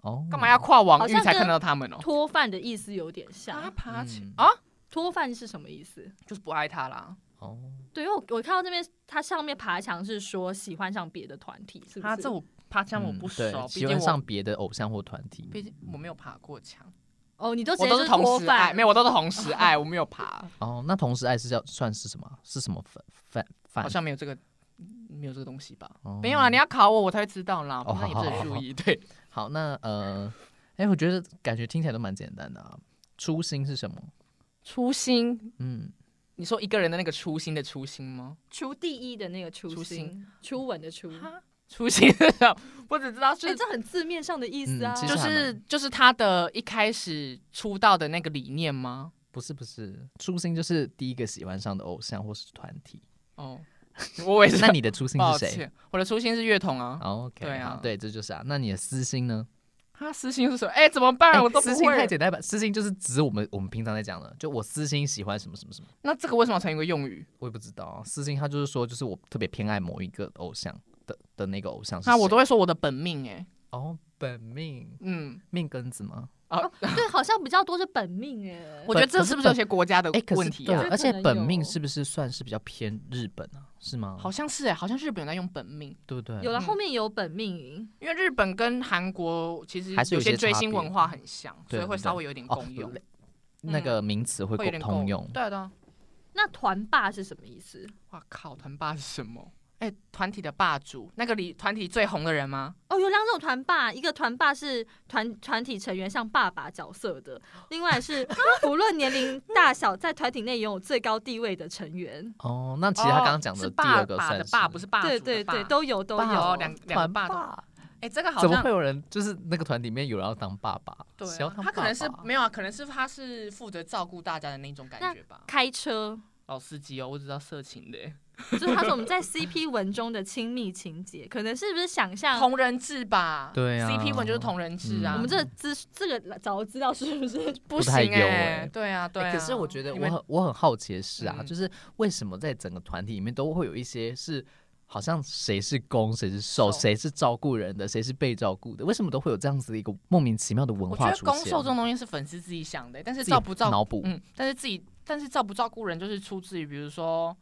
B: 哦，
C: 干嘛要跨网
A: 好
C: 域
A: 像
C: 才
A: 跟
C: 看到他们哦？
A: 脱饭的意思有点
C: 啊，
A: 像，
C: 爬墙
B: 嗯
C: 啊，
A: 脱饭是什么意思？
C: 就是不爱他啦。
B: 哦？
A: 对，因为我我看到这边，它上面爬墙是说喜欢上别的团体，是不是？
C: 啊，这我爬墙我
B: 嗯
C: 不
B: 对
C: 熟，毕
B: 喜
C: 竟
B: 欢
C: 我
B: 上别的偶像或团体，
C: 毕竟我没有爬过墙，
A: 哦，你都直
C: 我
A: 接
C: 都
A: 是
C: 同
A: 脱
C: 时爱，
A: 饭，
C: 没有，我都是同时爱，我没有爬，
B: 哦，那同时爱是叫算是什么？是什么粉粉粉？
C: 好像没有这个。没有这个东西吧？
B: 哦
C: 没有啊，你要考我，我才会知道啦。
B: 哦
C: 平常也不是很注意，对，
B: 好，那呃，哎，我觉得感觉听起来都蛮简单的啊。初心是什么？
C: 初心，
B: 嗯，
C: 你说一个人的那个初心的初心吗？
A: 出第一的那个初
C: 初
A: 心，初吻的初，
C: 哈初心是什么？我只知道
A: 哎，
C: 是
A: 这很字面上的意思
B: 嗯
A: 啊。
B: 其
C: 就
B: 实还
C: 是
B: 蛮
C: 就是他的一开始出道的那个理念吗？
B: 不是不是，初心就是第一个喜欢上的偶像或是团体。
C: 哦，我也是。
B: 那你的初心
C: 抱
B: 是谁
C: 歉，我的初心是乐童啊。
B: 哦？OK，
C: 对啊
B: 好对，这就是啊。那你的私心呢？
C: 他私心是什么？哎，怎么办？我都不
B: 私心太
C: 会。
B: 简单吧？私心就是指我们我们平常在讲的，就我私心喜欢什么什么什么，
C: 那这个为什么成为一个用语？
B: 我也不知道啊。私心他就是说，就是我特别偏爱某一个偶像的的那个偶像是谁。
C: 那我都会说我的本命哎。
B: 哦，本命
C: 嗯，
B: 命根子吗？
A: 对，好像比较多是本命
B: 呃
A: 哎，
C: 我觉得这是不是有些国家的
B: 哎，可
C: 问
B: 是
C: 题
B: 对
C: 啊
A: 这？
B: 而且
A: 可能
B: 本
A: 有
B: 命是不是算是比较偏日本啊？是吗？
C: 好，像是哎，好像日本有在用本命，
B: 对不对？
A: 有了
C: 嗯
A: 后面有本命，
C: 因为日本跟韩国其实
B: 还是有
C: 有
B: 一些
C: 些追
B: 差
C: 星
B: 别嗯
C: 文化很像，所
B: 对
C: 以会
B: 对
C: 稍微有点
B: 哦
C: 共用，嗯
B: 那个名词会
C: 会有点
B: 通用。
C: 对的。
A: 那团霸是什么意思？
C: 哇靠，团霸是什么？哎、团体的霸主，那个里团体最红的人吗？
A: 哦，有两种团霸，一个团霸是团团体成员像爸爸角色的，另外 是无论年龄大小，在团体内拥有最高地位的成员。
B: 哦，那其实他刚刚讲
C: 哦
B: 的
C: 是
B: 第
C: 霸
B: 二个
C: 霸
B: 算
C: 的
B: 是
C: 霸，不是霸主
A: 对
C: 的
A: 对
C: 霸
A: 对，都有都
C: 霸哦
A: 有。
C: 两两个
B: 团
C: 霸都。
B: 霸，
C: 哎、这个好
B: 怎么
C: 像
B: 会有人就是那个团里面有人要当爸爸？
C: 对
B: 谁要
C: 啊、
B: 当
C: 他可能
B: 爸
C: 是
B: 爸
C: 没有啊，可能是他是负责照顾大家的那种感觉吧。
A: 开车，
C: 老司机哦，我只知道色情的欸
A: 就是他说我们在 CP 文中的亲密情节，可能是不是想象
C: 同人志吧？
B: 对啊
C: c p 文就是同人志啊。
B: 嗯
A: 我们这资这个早知道是不是？
C: 不
B: 不
C: 行
B: 太
C: 哎、
B: 有欸
C: 对啊对
B: 哎
C: 啊、
B: 可是我觉得
C: 你
B: 我
C: 们
B: 很我很好奇的是啊，
C: 嗯
B: 就是为什么在整个团体里面都会有一些是好像谁是攻谁是受，
C: 受
B: 谁是照顾人的，谁是被照顾的？为什么都会有这样子的一个莫名其妙的文
C: 我觉
B: 化
C: 得
B: 出
C: 攻
B: 现？
C: 受这种东西是粉丝自己想的欸、但是
B: 自己
C: 照不照
B: 脑补
C: 嗯，但是自己，但是照不照顾人，就是出自于比如说，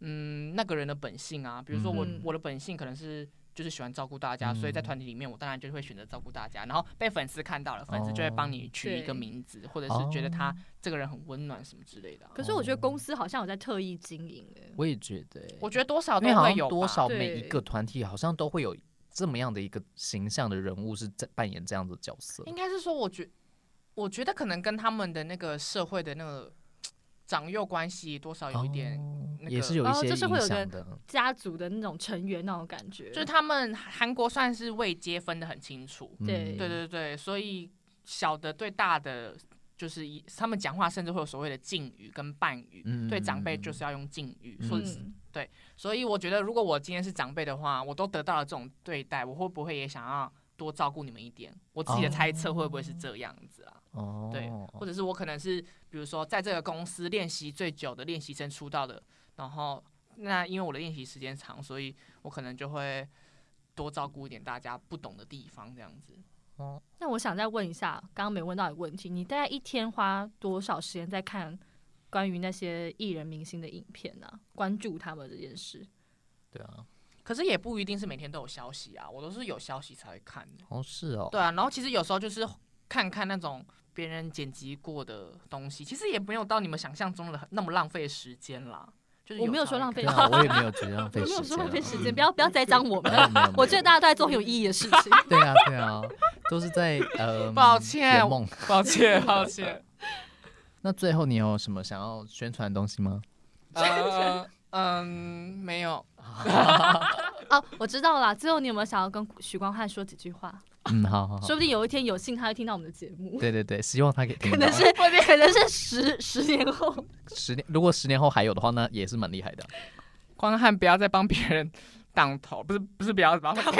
C: 嗯，那个人的本性啊。比如说我、
A: 嗯
C: 我的本性可能是就是喜欢照顾大家，所以在
B: 嗯
C: 团体里面，我当然就会选择照顾大家。然后被粉丝看到了，粉丝就会
B: 哦
C: 帮你取一个
A: 对
C: 名字，或者是觉得他这个人很温暖什么之类的 啊、
A: 可是我觉得公司好像有在特意经营哎、
B: 我也觉得欸、
C: 我觉得多少
B: 因
C: 都
B: 为好
C: 会
B: 像
C: 有
B: 多
C: 吧
B: 少每一
A: 对
B: 个团体好像都会有这么样的一个形象的人物是在扮演这样的角色。
C: 应该是说，我觉我觉得可能跟他们的那个社会的那个长幼关系多少有一点。
B: 哦
C: 那
B: 也
C: 个
B: 是有一
A: 哦
B: 些
A: 就
B: 影
A: 是会有
B: 响
A: 个
B: 的。
A: 家族的那种成员那种感觉，
C: 就是他们韩国算是未接分的很清楚，
A: 对
B: 嗯
C: 对对对，所以小的对大的就是一，他们讲话甚至会有所谓的敬语跟半语，
B: 嗯
C: 对长辈就是要用敬语，
B: 嗯
C: 所以
A: 嗯，
C: 所以我觉得如果我今天是长辈的话，我都得到了这种对待，我会不会也想要多照顾你们一点？我自己的
B: 哦
C: 猜测会不会是这样子啊？
B: 哦，
C: 对，或者是我可能是比如说在这个公司练习最久的练习生出道的，然后那因为我的练习时间长，所以我可能就会多照顾一点大家不懂的地方，这样子。
A: 那我想再问一下，刚刚没问到的问题，你大概一天花多少时间在看关于那些艺人明星的影片呢、关注他们这件事，
B: 对啊，
C: 可是也不一定是每天都有消息啊，我都是有消息才会看的。
B: 哦是哦，
C: 对啊，然后其实有时候就是看看那种别人剪辑过的东西，其实也没有到你们想象中的那么浪费时间啦。就是
A: 我没有
C: 时
A: 说
C: 候
A: 浪
C: 会
A: 费
B: 对
A: 时
C: 看
A: 间
B: 啊，我也没有觉得浪
A: 我
B: 费
A: 没
B: 时
A: 有
B: 间
A: 说
B: 啊，
A: 浪费时间，不要不要栽赃我
B: 没
A: 们
B: 有。没有没有
A: 我觉得大家都在做很有意义的事情。
B: 对啊对啊，都是在 呃，
C: 抱歉
B: 圆梦。
C: 抱歉，抱 歉。
B: 那最后你有什么想要宣传的东西吗？
C: 呃嗯，没有。
A: 哦，我知道啦。最后，你有没有想要跟许光汉说几句话？
B: 嗯，好好好，
A: 说不定有一天有幸他会听到我们的节 目，
B: 对对对，希望他可以听
A: 可
B: 到。
A: 能是可能是十十年 后。
B: 十年，如果十年后还有的话，那也是蛮厉害的。
C: 光汉不要再帮别人挡头， 不是不是不要帮，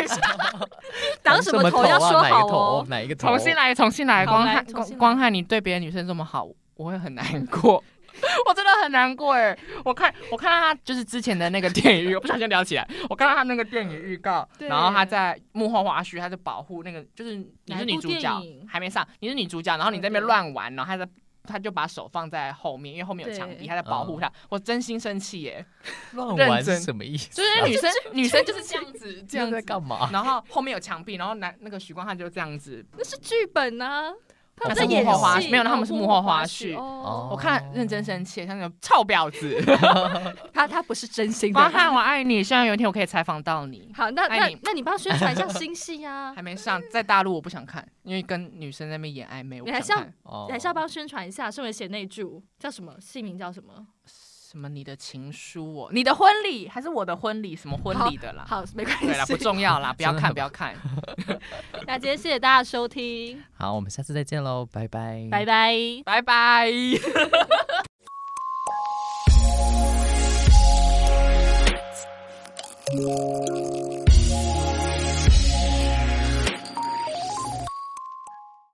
A: 挡什
B: 什
A: 么
B: 头啊
A: 头要
C: 啊
A: 说
B: 哪一
A: 好
B: 个头
A: 哦？。
B: 哪一个头？
C: 重新来，重新来，
A: 好
C: 光
A: 来
C: 汉
A: 重新
C: 光
A: 来
C: 光汉，你对别的女生这么好，我会很难过， 我真的很难过哎！我看我看到他就是之前的那个电 影预，我不小心聊起来，我看到他那个电影预告，
A: 对
C: 然后他在幕后花絮，他在保护那个就是你是女主
A: 哪一部
C: 角
A: 电影
C: 还没上，你是女主角，然后你在那边乱玩，然后他在。他就把手放在后面，因为后面有墙壁，
A: 对嗯
C: 他在保护她。我真心生气耶！
B: 乱
C: 认
B: 玩
C: 真
B: 是什么意思啊？
C: 就是女生，女生就是这样子，这
B: 这样
C: 样子
B: 在干嘛？
C: 然后后面有墙壁，然后男那个许光汉就这样子，
A: 那是剧本啊，他们
C: 那
A: 在
C: 是幕
A: 演
C: 后花
A: 戏，
C: 絮没有那他们是幕后花絮
A: 哦
B: 哦
C: 我看认真生气，像那种臭婊子。
A: 他他不是真心
C: 光
A: 的。
C: 汉，我爱你，希望有一天我可以采访到你。
A: 好，那
C: 爱
A: 那
C: 你
A: 那你帮他宣传一 下新戏啊
C: 还，没上，在大陆我不想看，因为跟女生在那边演暧昧，我
A: 你
C: 不
A: 还
C: 想看。
B: 哦
A: 你还是要帮他宣传一下，身为贤内助叫什么戏名叫什么？
C: 什么你的情书哦，你的婚礼还是我的婚礼，什么婚礼的啦？
A: 好，没关
C: 对啦，
A: 系
C: 不。重要啦，不要
B: 真的
C: 看，
B: 很
C: 不要看。
A: 那今天谢谢大家收听，
B: 好，我们下次再见喽，拜拜，
A: 拜拜。
C: 拜拜。